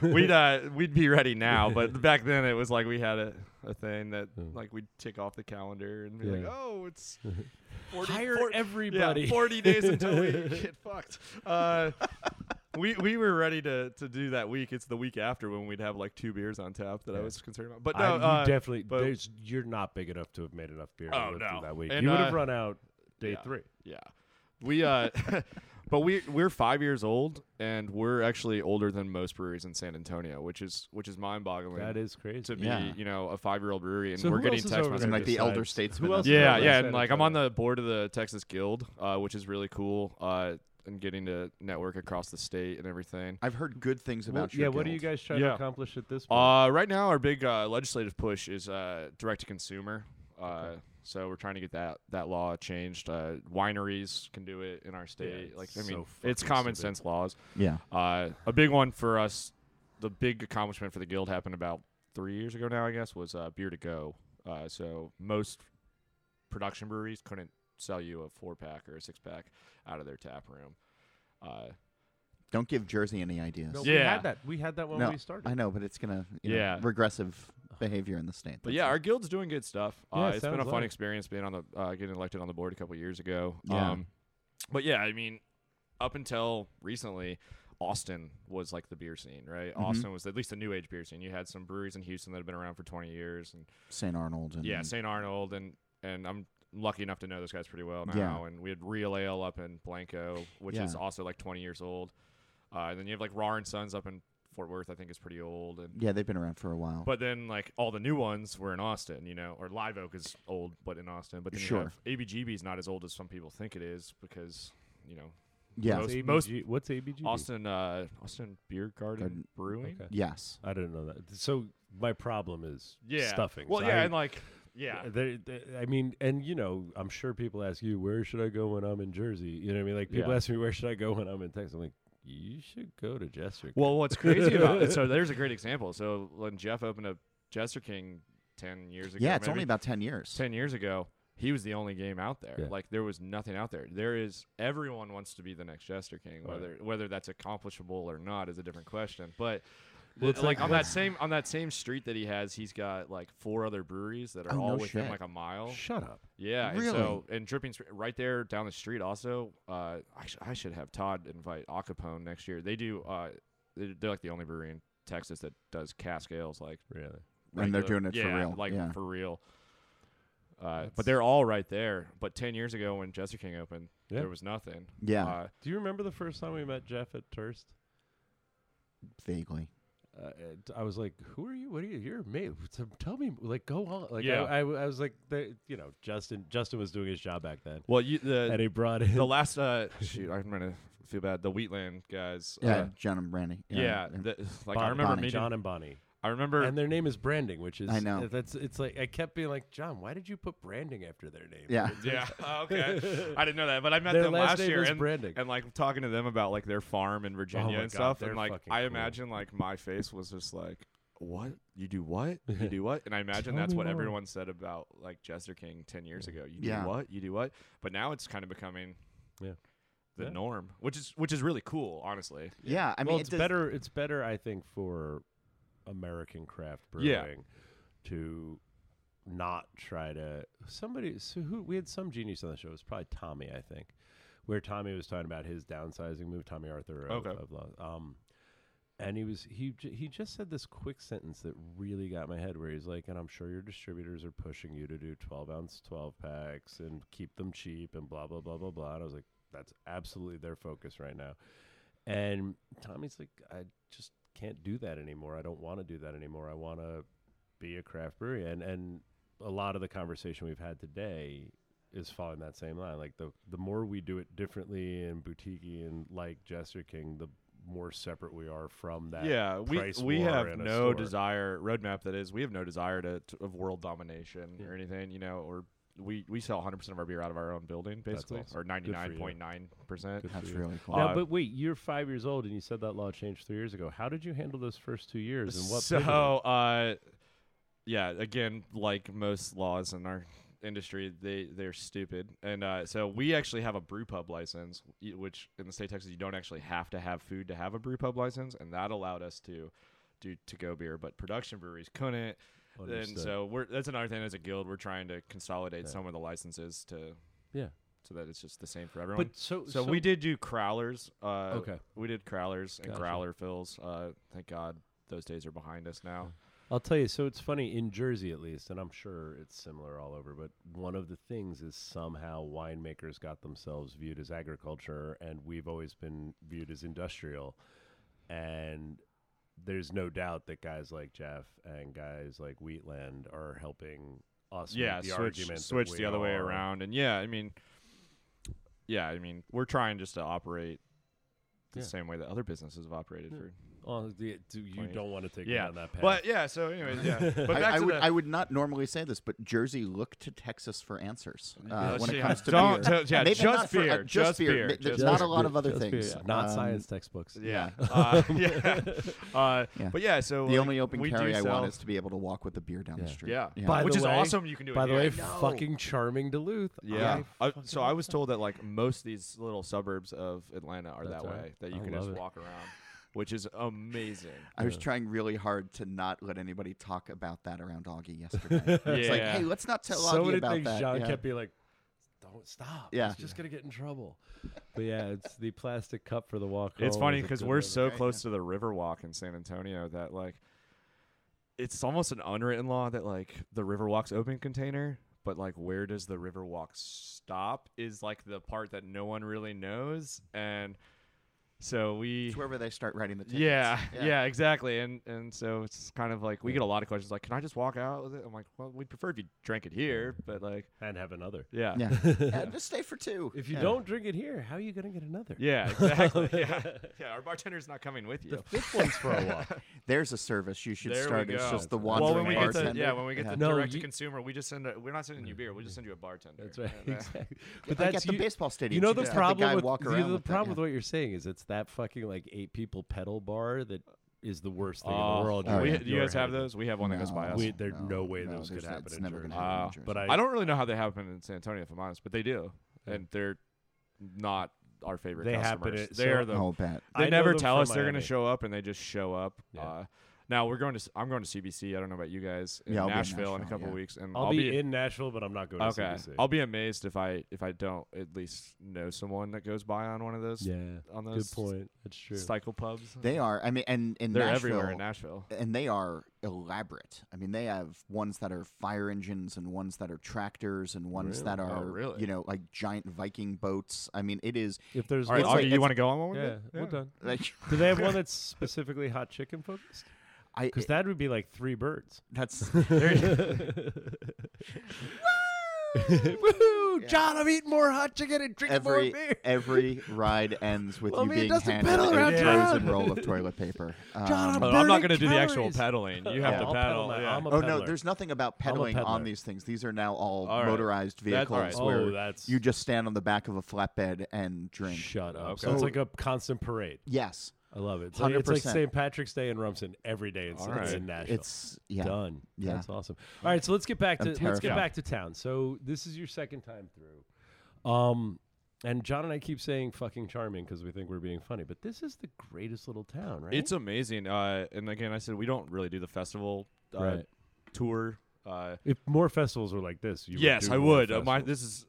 down.
we'd uh, we'd be ready now, but back then it was like we had a, a thing that like we'd tick off the calendar and be
Yeah.
like, oh, it's 40,
Hire
40 yeah,
everybody.
forty days until we get fucked. Uh, we we were ready to to do that week. It's the week after when we'd have like two beers on tap that I was concerned about. But
I-
no,
you
uh,
definitely.
but-
there's, you're not big enough to have made enough beer to
Oh,
live through
no.
that week.
And,
you would have
uh,
run out day
yeah.
three.
Yeah. We uh but we we're 5 years old and we're actually older than most breweries in San Antonio, which is which is mind-boggling.
That is crazy.
to be,
Yeah.
you know, a 5-year-old brewery and
So
we're
who
getting
else is
text
over
messages
there
And, like, the
besides-
elder statesmen
Who
out
else? is
there.
yeah,
over
yeah,
in San
and like I'm on
Antonio?
the board of the Texas Guild, uh, which is really cool, uh, and getting to network across the state and everything.
I've heard good things
Well,
about.
yeah,
your
what are you
guild.
guys trying to
Yeah.
accomplish at this point?
Uh, right now, our big uh, legislative push is uh, direct to consumer. Uh, So we're trying to get that that law changed. Uh, wineries can do it in our state.
it's
like I mean,
so
it's
fucking
common
stupid.
sense laws.
Yeah.
Uh, a big one for us, the big accomplishment for the guild happened about three years ago now, I guess, was uh, beer to go. Uh, so most production breweries couldn't sell you a four pack or a six pack out of their tap room. Uh,
Don't give Jersey any ideas.
no, we
yeah.
had that. We had that when
No,
we started.
I know, but it's gonna you
Yeah.
know, regressive behavior in the state.
But
That's
yeah,
all.
our guild's doing good stuff.
Yeah,
Uh, it's been a
sounds
fun
like it.
experience being on the uh, getting elected on the board a couple years ago.
Yeah.
Um, but yeah, I mean, up until recently, Austin was like the beer scene, right?
Mm-hmm.
Austin was at least a new age beer scene. You had some breweries in Houston that had been around for 20 years, and
St. Arnold
Mm-hmm.
and
yeah, St. Arnold, and and I'm lucky enough to know those guys pretty well
Yeah.
now. And we had Real Ale up in Blanco, which is
Yeah.
also like 20 years old. Uh, and then you have like Raw and Sons up in Fort Worth, I think is pretty old, and
yeah, they've been around for a while.
but then like all the new ones were in Austin, you know, or Live Oak is old, but in Austin. But then
Sure.
you have ABGB is not as old as some people think it is because you know
yeah,
most-
What's ABG?
most-
What's ABG?
Austin uh, Austin Beer Garden,
Garden.
Brewing.
Okay.
yes,
I didn't know that. So my problem is
Yeah,
stuffing.
Well,
So
yeah,
I,
and like yeah,
They, they- I mean, and you know, I'm sure people ask you, where should I go when I'm in Jersey? You know what I mean? Like, people
Yeah.
ask me, where should I go when I'm in Texas? I'm like, you should go to Jester.
Well, what's crazy about it? So there's a great example. So when Jeff opened up Jester King ten years ago,
yeah. It's
maybe,
only about ten years.
ten years ago. He was the only game out there.
Yeah.
Like there was nothing out there. There is everyone wants to be the next Jester King.
Right.
Whether whether that's accomplishable or not is a different question. But
Well,
it's
it's
like,
like-
on that same on that same street that he has, he's got like four other breweries that are
Oh,
all
no
within
shit.
like a mile.
Shut up.
Yeah, and
Really?
so and dripping Spring- right there down the street. Also, uh, I, sh- I should have Todd invite Acapone next year. They do. Uh, they- they're like the only brewery in Texas that does cask ales like.
Really?
And they're
regular-
doing it for
Uh, yeah,
real,
like
yeah.
for real. Uh,
That's-
but they're all right there. But ten years ago when Jester King opened,
Yeah.
there was nothing.
Yeah.
uh,
Do you remember the first time we met Jeff at Turst?
Vaguely,
Uh, and I was like, "Who are you? What are you? You're me. So Tell me, like, go on." Like,
Yeah.
I, I, I was like, the, you know, Justin. Justin was doing his job back then,
well, you
and
Uh, the
he brought in
the last uh, shoot, I'm gonna feel bad. The Wheatland guys.
yeah.
uh,
John and Brandy.
yeah.
and-
the- like I
Bon-
remember
Bonnie.
meeting.
John and Bonnie.
I remember
and their name is branding, which is
I know.
that's it's like I kept being like John, why did you put branding after their name?
yeah.
Yeah. Oh, okay. I didn't know that, but I met
Their
them
last
last
name
year
is
and,
Branding.
and like talking to them about like their farm in Virginia
Oh my
and
God,
stuff,
they're
and like
fucking
I
cool.
imagine like my face was just like, what you do what you do what and i imagine
Tell
that's
me
what
more.
everyone said about like jester king 10 years ago you do
Yeah.
what you do what but now it's kind of becoming
Yeah.
the
Yeah.
norm which is which is really cool honestly
Yeah, I mean,
well,
it
it's
does-
better. It's better, I think, for American craft brewing
Yeah.
to not try to somebody. So who we had some genius on the show. It was probably Tommy, I think, where Tommy was talking about his downsizing move. Tommy Arthur, of,
Okay.
of Lo- um, and he was he j- he just said this quick sentence that really got my head, where he's like, "And I'm sure your distributors are pushing you to do 12 ounce 12 packs and keep them cheap and blah blah blah blah blah." And I was like, "That's absolutely their focus right now." And Tommy's like, I just can't do that anymore. I don't want to do that anymore. I want to be a craft brewery. And and a lot of the conversation we've had today is following that same line. Like the the more we do it differently and boutique and like Jester King, the more separate we are from that.
yeah we
price
we
war
have
in a
no
store.
desire roadmap that is we have no desire to, to of world domination
Yeah.
or anything you know or we we sell 100% of our beer out of our own building basically
awesome.
or 99.9%
Good
That's
for you.
really cool.
Now,
Uh,
but wait, you're five years old, and you said that law changed three years ago. How did you handle those first two years, and what?
so
pivoted?
uh yeah again like most laws in our industry they they're stupid and uh so we actually have a brew pub license y- which in the state of texas you don't actually have to have food to have a brew pub license and that allowed us to do to go beer but production breweries couldn't and
Understood.
so we're that's another thing as a guild we're trying to consolidate some of the licenses to
yeah,
so that it's just the same for everyone
but so
so, we did do crowlers. Uh,
Okay.
We did crowlers and
Gotcha.
growler fills. Uh, thank God those days are behind us now.
I'll tell you. So it's funny in Jersey, at least, and I'm sure it's similar all over. But one of the things is somehow winemakers got themselves viewed as agriculture, and we've always been viewed as industrial. And there's no doubt that guys like Jeff and guys like Wheatland are helping us.
yeah,
make the
switch
argument that
switch
we
the other way
are-
around, and yeah, I mean, yeah, I mean, we're trying just to operate the
Yeah.
same way that other businesses have operated
Yeah.
for.
Oh, the, do- you
Point.
don't want to take me
Yeah,
down that path.
But yeah, so anyways, yeah. But
I,
back
I
to
would
the,
I would not normally say this, but Jersey looked to Texas for answers uh,
Let's
when
see,
it comes to
don't-
beer.
don't- yeah,
Maybe
just
not for- uh,
beer,
just
just
beer.
beer,
Ma- There's
just
not a lot of other
Just
things.
period. not
Um,
science textbooks.
yeah, uh, yeah. Uh,
Yeah.
But yeah, so
The
like,
only open
we do
carry I
sell-
want is to be able to walk with the beer down the
Yeah.
street.
yeah,
By
which
the
is
way-
awesome. You can do it
By the
here.
way,
No.
fucking charming Duluth.
Yeah.
I
I- so I was told that like most of these little suburbs of Atlanta are
That's
that
right.
way, that you
I
can just
love it.
walk around, which is amazing.
I was trying really hard to not let anybody talk about that around Augie yesterday. It's like,
Yeah.
hey, let's not tell
so
Augie
many
about
things
that.
John
Yeah.
kept being like, "Don't stop.
Yeah.
He's just gonna get in trouble." But yeah, it's the plastic cup for the walk.
It's
home
funny
is a
because
good
we're
one.
so
Okay,
close to the Riverwalk in San Antonio that like it's almost an unwritten law that like the Riverwalk's open container, but like where does the Riverwalk stop is like the part that no one really knows, and so we
It's wherever they start writing the tickets.
Yeah,
Yeah.
yeah, exactly. And and so it's kind of like we get a lot of questions like, "Can I just walk out with it?" I'm like, "Well, we'd prefer if you drank it here, but like,
and have another.
yeah,
Yeah. Yeah, Uh, just stay for two.
If you
Yeah.
don't drink it here, how are you gonna get another?
yeah, exactly, yeah, yeah." Our bartender's not coming with
The
you.
fifth one's for a walk.
there's a service you should
There we
start. It's
go.
just the
Well,
wandering
Well, when we get the
bartender.
yeah, when we get the
No, you-
direct to consumer, we just send. A, we're not sending you beer. We just send you a bartender.
That's right.
And, uh,
Exactly. But
like at the
you-
baseball stadium,
You know
you
the
just have the
problem
guy
with
walk
you
around
know the
with it,
problem
yeah.
with what you're saying is it's that fucking like eight people pedal bar that is the worst thing in
Oh,
the world.
oh,
we-
yeah.
do you guys have
those?
those? We have one that goes by
No.
us.
We, there
No,
no way
no,
those
there's-
could happen.
it's
in
never
Jersey.
gonna
Uh,
happen. in
but
Jersey.
I don't really know how they happen in San Antonio, if I'm honest, but they do, and they're not our favorite.
They happen
customers.
at-
they
so-
are the
Oh, bet.
I
They
know
never
them
tell
from
us they're going to
Miami.
show up, and they just show up.
Yeah.
Uh, now we're going to. s- I'm going to CBC. I don't know about you guys in,
Yeah, I'll be in
Nashville, in a
Nashville,
couple
yeah.
weeks, and
I'll, be, in Nashville, but I'm not going
Okay,
to CBC.
I'll be amazed if I if I don't at least know someone that goes by on one of those
yeah,
on
good
those
point. That's true.
cycle pubs.
They are. I mean, and in
They're
Nashville,
everywhere in Nashville.
and they are elaborate. I mean, they have ones that are fire engines and ones that are tractors and ones
Really?
that
Oh,
are,
really?
you know, like giant Viking boats. I mean, it is
If there's
All right,
It's like-
Augie,
it's-
you want to go on one? with
yeah,
it?
well done.
like
Do they have one that's specifically hot chicken focused?
I
Because that would be like three birds.
that's
Woo! John, I'm eating more hot chicken and drinking more
every
beer.
every ride ends with
Well, I
you
mean, it
being
doesn't
handed
pedal
a
around
frozen
town.
roll of toilet paper. Um,
John,
Oh,
I'm,
I'm not
going to
do the actual pedaling. You have
Yeah,
to
I'll pedal
pedal.
my-
yeah.
I'm a
Oh no,
peddler.
there's nothing about pedaling on
peddler.
these things. These are now all,
All right.
motorized
That's
vehicles
all right.
Oh,
where
that's-
you just stand on the back of a flatbed and drink.
Shut up.
Okay.
So it's
Oh.
like a constant parade.
Yes.
I love it. It's like, it's like
100%.
St. Patrick's Day in Rumson every day in,
All
it's
right.
in Nashville.
It's yeah.
done.
Yeah.
That's awesome. All right, so let's get back
I'm
to let's get
terrified.
back to town. So this is your second time through. Um and John and I keep saying fucking charming because we think we're being funny, but this is the greatest little town, right?
It's amazing. Uh, and again, I said we don't really do the festival uh,
Right.
tour. Uh,
if more festivals were like this, you
yes,
do
I
more
would. Uh, my,
festivals.
this is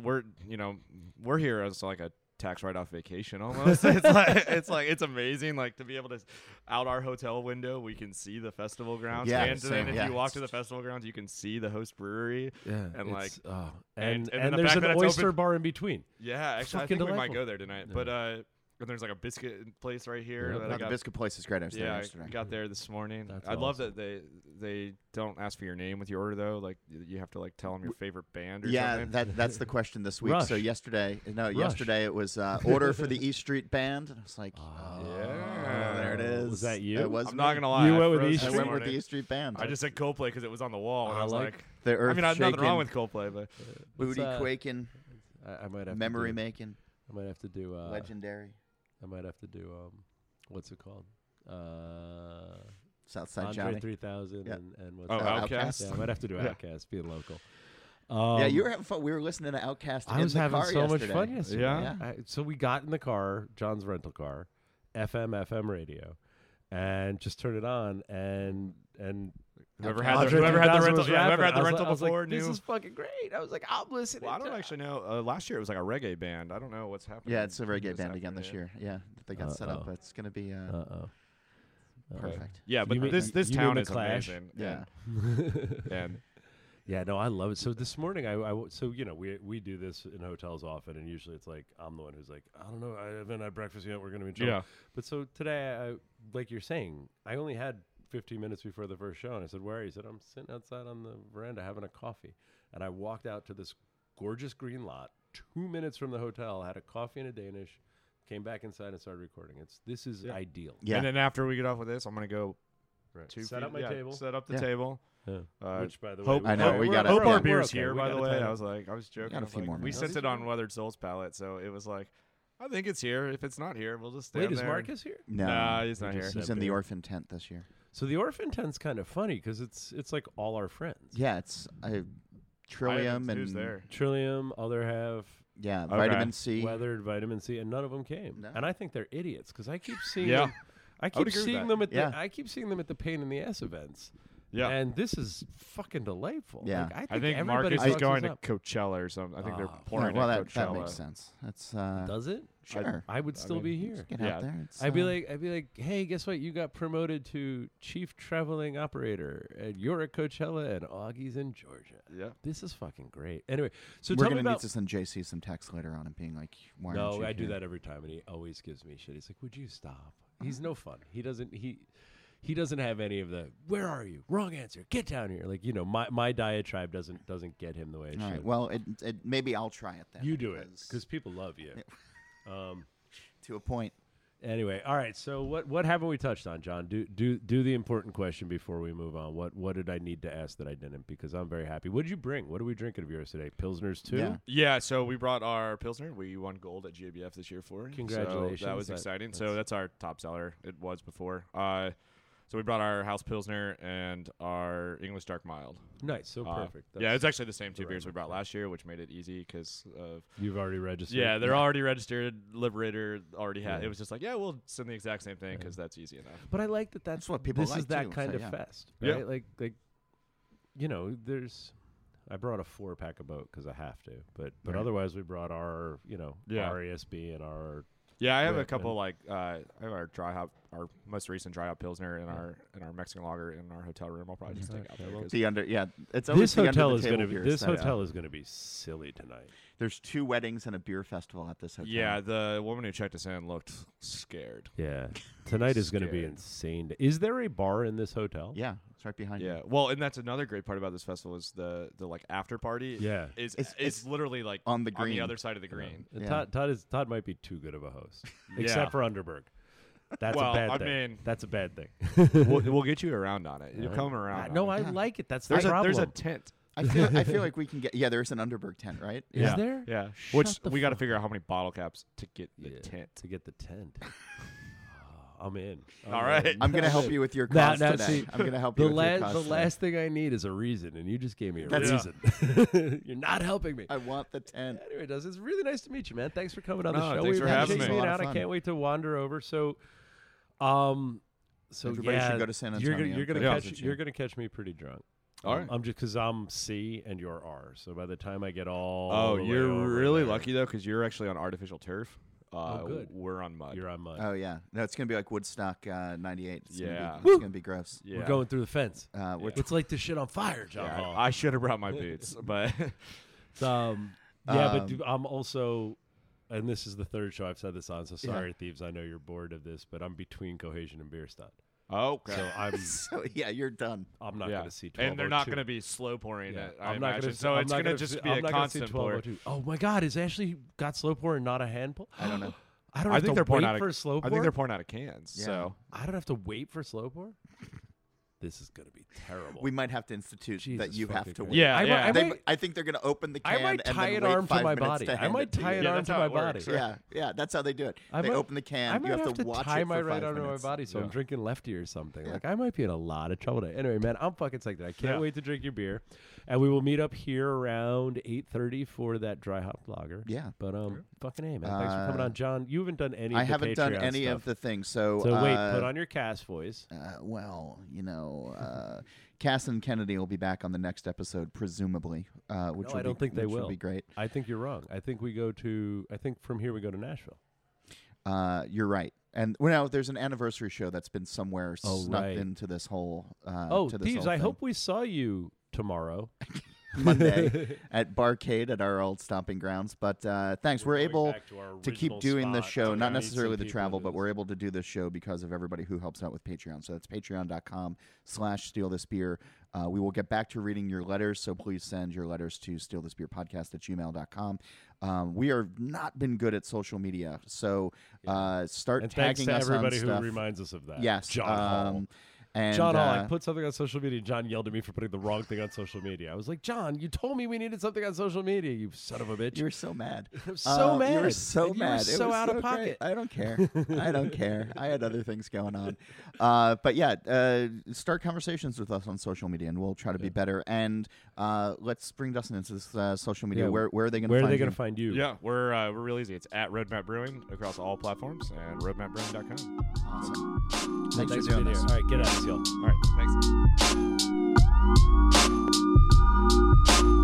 we're you know we're here as like a tax write off vacation almost. it's like it's like it's amazing like to be able to s- out our hotel window we can see the festival grounds.
Yeah,
and
same,
then if
yeah.
you walk to the festival grounds, you can see the host brewery.
yeah,
and,
it's- oh, and,
and- and then
and,
the
there's
fact
an
that it's
oyster
open-
bar in between.
Yeah, actually, I
fucking
think we might
delightful.
go there tonight. But uh, and there's like a biscuit place right here.
Yeah.
that I
Uh, the
got-
biscuit place is great. I was there
yeah,
yesterday.
I got there this morning.
That's
I love that they they don't ask for your name with your order though. Like y- you have to like tell them your favorite band or
yeah,
something.
that that's the question this week. So
Rush.
yesterday, no, yesterday it was uh, order for the East Street Band. I was like, oh,
yeah.
there it is.
Ah, Was that you?
It was
I'm
me.
not gonna lie.
You
I
went with
froze
E
this
I
Street?
went with
morning.
the East Street Band.
I just said Coldplay because it was on the wall, and
I
I was
like-
like,
the
I
earth
mean, I-
shaking,
nothing wrong with Coldplay, but
What's,
booty
uh,
quaking,
I, I might have
memory
to do,
making,
I might have to do uh,
legendary
I might have to do um, what's it called? Uh,
Southside
Andre
Johnny.
3000
Yeah.
and, and what's
oh,
Uh,
that?
Outcast.
Yeah, I might have to do
Yeah.
Outcast, being local. Um,
yeah, you were having fun. We were listening to Outkast.
I
in
was
the
having
car
so much
yesterday.
fun yesterday.
Yeah?
Yeah.
I- so we got in the car, John's rental car, FM FM radio, and just turned it on and and
Whoever had the,
Andre
whoever had the
3000
rental,
was
yeah, whoever
rapping.
had the
I was
rental
like- I was like,
before
This
knew.
is fucking great. I was like, I'm listening.
Well, I don't
to-
actually know. Uh, last year it was like a reggae band. I don't know what's happening.
Yeah, it's a reggae
what's
band again
happening,
this
yeah.
year. Yeah, they got set up.
Uh-oh.
It's gonna be uh,
Uh-oh. Uh oh.
perfect.
Yeah, but
You mean-
this this
you mean
town
The
is
Clash?
amazing.
Yeah.
and, and
Yeah, no, I love it. So this morning, I, I w- so you know we we do this in hotels often, and usually it's like I'm the one who's like, I don't know, I haven't had breakfast yet. We're gonna be in trouble.
Yeah.
But so today, I, like you're saying, I only had 15 minutes before the first show, and I said, "Where are you?" He said, "I'm sitting outside on the veranda having a coffee," and I walked out to this gorgeous green lot, two minutes from the hotel, had a coffee and a Danish, came back inside and started recording. It's this is ideal.
Yeah.
then after we get off with this, I'm gonna go
Right.
two
Set
feet-
up my
yeah,
table.
Set up the
Yeah.
table.
Yeah.
Uh,
Which, by the way,
Hope,
I know,
Hope,
we
we're-
got a-
Hope
yeah.
our
we're
beer's
okay,
here,
we
by
got
the
a
way.
title.
I was like, I was joking.
got a
I was
few
like,
more
we
minutes.
sent
Oh,
it on Weathered Soul's palette, so it was like, I think it's here. If it's not here, we'll just stand
Wait, is
there.
Marcus here?
No,
Nah, he's not
He
here.
just
he's
that
in the
big.
orphan tent this year.
So the orphan tent's kind of funny because it's it's like all our friends.
Yeah, it's I, Trillium
I
and
haven't- who's there?
Trillium, other half,
yeah,
Okay.
vitamin C.
weathered vitamin C, and none of them came.
No.
And I think they're idiots because I keep seeing
Yeah.
them. I
would
keep
agree with
seeing
that.
them at the
Yeah.
I keep seeing them at the pain in the ass events.
Yeah.
And this is fucking delightful.
Yeah.
Like, I think,
I think
everybody
Marcus is
fucks us
going to
up.
Coachella or something. I think they're
Oh. Yeah,
Yeah,
pouring
well,
at
that,
Coachella.
that makes sense. That's uh,
Does it?
sure.
I would still
mean,
be here.
Get
Yeah.
out there. It's,
I'd be
uh,
like, I'd be like, hey, guess what? You got promoted to chief traveling operator, and you're at Coachella, and Augie's in Georgia.
Yeah.
This is fucking great. Anyway, so
we're
tell me
gonna
about
need to send JC some text later on and being like, why aren't
No,
you
I do
here?
that every time, and he always gives me shit. He's like, "Would you stop?" He's no fun. He doesn't he he doesn't have any of the "Where are you? Wrong answer. Get down here." Like you know, my my diatribe doesn't doesn't get him the way it
All
should.
right. Well, it, it maybe I'll try it then.
you do it
because
because people love you. um.
to a point.
Anyway, all right. So what what haven't we touched on, John? Do do do the important question before we move on. What what did I need to ask that I didn't? Because I'm very happy. What did you bring? What are we drinking of yours today? Pilsners too.
Yeah.
Yeah, so we brought our Pilsner. We won gold at GABF this year for it. So
Congratulations.
that was
That-
exciting. so that's our top seller. It was before. Uh, so we brought our House Pilsner and our English Dark Mild.
Nice. So
Uh,
perfect.
yeah, it's
That's-
actually the same two beers we brought last year, which made it easy because of.
you've already registered.
Yeah, they're already registered. Liberator already had.
Yeah.
It was just like, yeah, we'll send the exact same thing because that's easy enough.
But I like that. That's,
That's what people
This is
like,
that
too,
kind
so,
of
yeah.
fest,
Yeah.
right? Like, like, you know, there's. I brought a four pack of boat because I have to, but but otherwise we brought our you know
Yeah.
our ESB and our
Yeah, I have
Yeah,
a couple
and-
like uh, I have our dry hop, our most recent dry hop Pilsner, and our and our Mexican lager in our hotel room. I'll probably just take out there. 'cause-
The under, yeah, it's
this
always the
hotel
under
is
the table
gonna be
beers
this
that-
hotel is gonna be silly tonight.
There's two weddings and a beer festival at this hotel.
Yeah, the woman who checked us in looked scared.
Yeah, tonight is gonna be
Scared.
insane. Is there a bar in this hotel?
yeah, it's right behind you.
Yeah. Well, and that's another great part about this festival is the the like after party.
Yeah.
Is
It's-
it's,
it's
literally like
on the
on
green.
the other side of the green.
And
Yeah.
Uh, Todd Todd is Todd might be too good of a host,
Yeah.
except for Underberg. That's
Well,
a bad
I
thing.
mean-
That's a bad thing.
we'll, we'll get you around on it. You'll come around.
I-
on
no,
it.
I
Oh, Yeah.
like it. That's
there's
the
a
problem.
there's a tent.
I feel I feel like we can get. Yeah, there's an Underberg tent, right?
Is
yeah.
there?
Yeah.
Shut
Which
the
we got to
fuck
figure out how many bottle caps to get the
Yeah,
tent.
to get the tent. Ah, I'm in. I'm
All right.
in.
I'm gonna help you with your
Now-
cost
now,
today.
see,
I'm gonna help
The
you with your
last,
cost
the
today.
last thing I need is a reason, and you just gave me a
That's-
reason. You're not helping me.
I want the tent.
Anyway, Doug, it's really nice to meet you, man. Thanks for coming on
No,
the show.
thanks
we
for having
appreciate
me.
you
It was a lot
being on.
of
I
fun.
can't wait to wander over. So, um, so
Everybody
yeah,
should go to San
You're gonna,
Antonio
you're gonna
for
catch,
this year.
you're gonna catch me pretty drunk.
All
Um,
right.
I'm just because I'm C and you're R. So by the time I get all,
Oh,
the way
you're
over
really
there,
lucky though, because you're actually on artificial turf. Uh,
Oh, good.
We're on mud.
You're on mine.
Oh yeah, no, it's gonna be like Woodstock uh, '98. It's
Yeah.
gonna be, it's gonna be gross.
yeah.
We're going through the fence.
Uh, we're
It's like this shit on fire, John.
Yeah,
Hall.
I should have brought my boots, but
Um, yeah, but
Um,
do- I'm also, and this is the third show I've said this on. So
Yeah.
sorry, thieves. I know you're bored of this, but I'm between Cohesion and Bierstadt,
oh, okay.
so I'm
so yeah, you're done.
I'm not
yeah.
going to see. 12
and they're not going to be slow pouring
Yeah,
it. I
I'm not
imagine.
gonna,
so
I'm
it's
not
going to
gonna
just
see-
be
I'm
a
not gonna see
constant pour.
1202. Oh my God! Is Ashley got slow pour and not a hand pull? I
don't know.
I don't. Have
I think
to
they're pouring
wait
out of,
for a slow pour.
I think they're pouring out of cans.
Yeah.
So
I don't have to wait for slow pour. This is going to be terrible.
We might have to institute that
Jesus
you have
fucking
to
Christ.
wait.
Yeah,
I, might-
yeah.
I
They-
might,
I think they're gonna open the can
I might
and
tie
then
an
wait
arm to
five
my
minutes
body.
to
I
hand
might
it to
tie
you.
an
Yeah,
arm
that's
to
how
my
it works,
body.
right?
Yeah, yeah, that's how they do it.
I
they
might-
open the can.
I might
you have,
have,
to,
to
watch
tie
it for
my right
five
under my
minutes.
body, so I'm
Yeah.
drinking lefty or something.
Yeah.
Like I might be in a lot of trouble today. Anyway, man, I'm fucking psyched. I can't
Yeah.
wait to drink your beer, and we will meet up here around 8:30 for that dry hop lager.
Yeah.
but um, fucking a man, thanks for coming
Uh,
on, John. You haven't done any.
I
of the
haven't done
Patreon
any
stuff.
of the things. So,
So wait,
uh,
put on your cast voice.
Uh, well, you know, uh, Cass and Kennedy will be back on the next episode, presumably. Uh, which
No,
will
I don't
be,
think they
which
will.
be great.
I think you're wrong. I think we go to. I think from here we go to Nashville.
Uh, you're right. And well, now there's an anniversary show that's been somewhere
Oh,
snuck
right.
into this whole. Uh,
oh,
to this
thieves!
whole
I
thing.
hope we saw you tomorrow.
Monday at Barcade at our old stomping grounds. But uh, thanks, we're,
going
able
back to our
to keep
original
doing this
spot.
show.
We
Not
need
necessarily
some
the
people
travel,
to
but
do
we're able to do this show because of everybody who helps out with Patreon. So that's patreon.com slash steal this beer. Uh, we will get back to reading your letters, so please send your letters to steal this beer podcast at gmail.com. Um, we are not been good at social media, so uh, start
And thanks
tagging
to
us on
everybody who
stuff.
reminds us of that.
yes,
John Hall.
um, and
John Hall,
uh,
I put something on social media. and John yelled at me for putting the wrong thing on social media. I was like, John, you told me we needed something on social media. You son of a bitch.
You were so mad.
I'm so
Um, You were
mad.
so
And you were
mad. It
so
was
out of
great.
pocket.
I don't care. I don't care. I had other things going on. Uh, but yeah, uh, start conversations with us on social media, and we'll try to be better. And uh, let's bring Dustin into this uh, social media.
Yeah,
Where where are they going to
Where
find
are they going
you?
to find you?
yeah, we're uh, we're real easy. It's at Roadmap Brewing across all platforms and roadmapbrewing.com.
Awesome. Thanks,
Thanks
for doing
being
this.
here. All right, get out, y'all.
All right, thanks.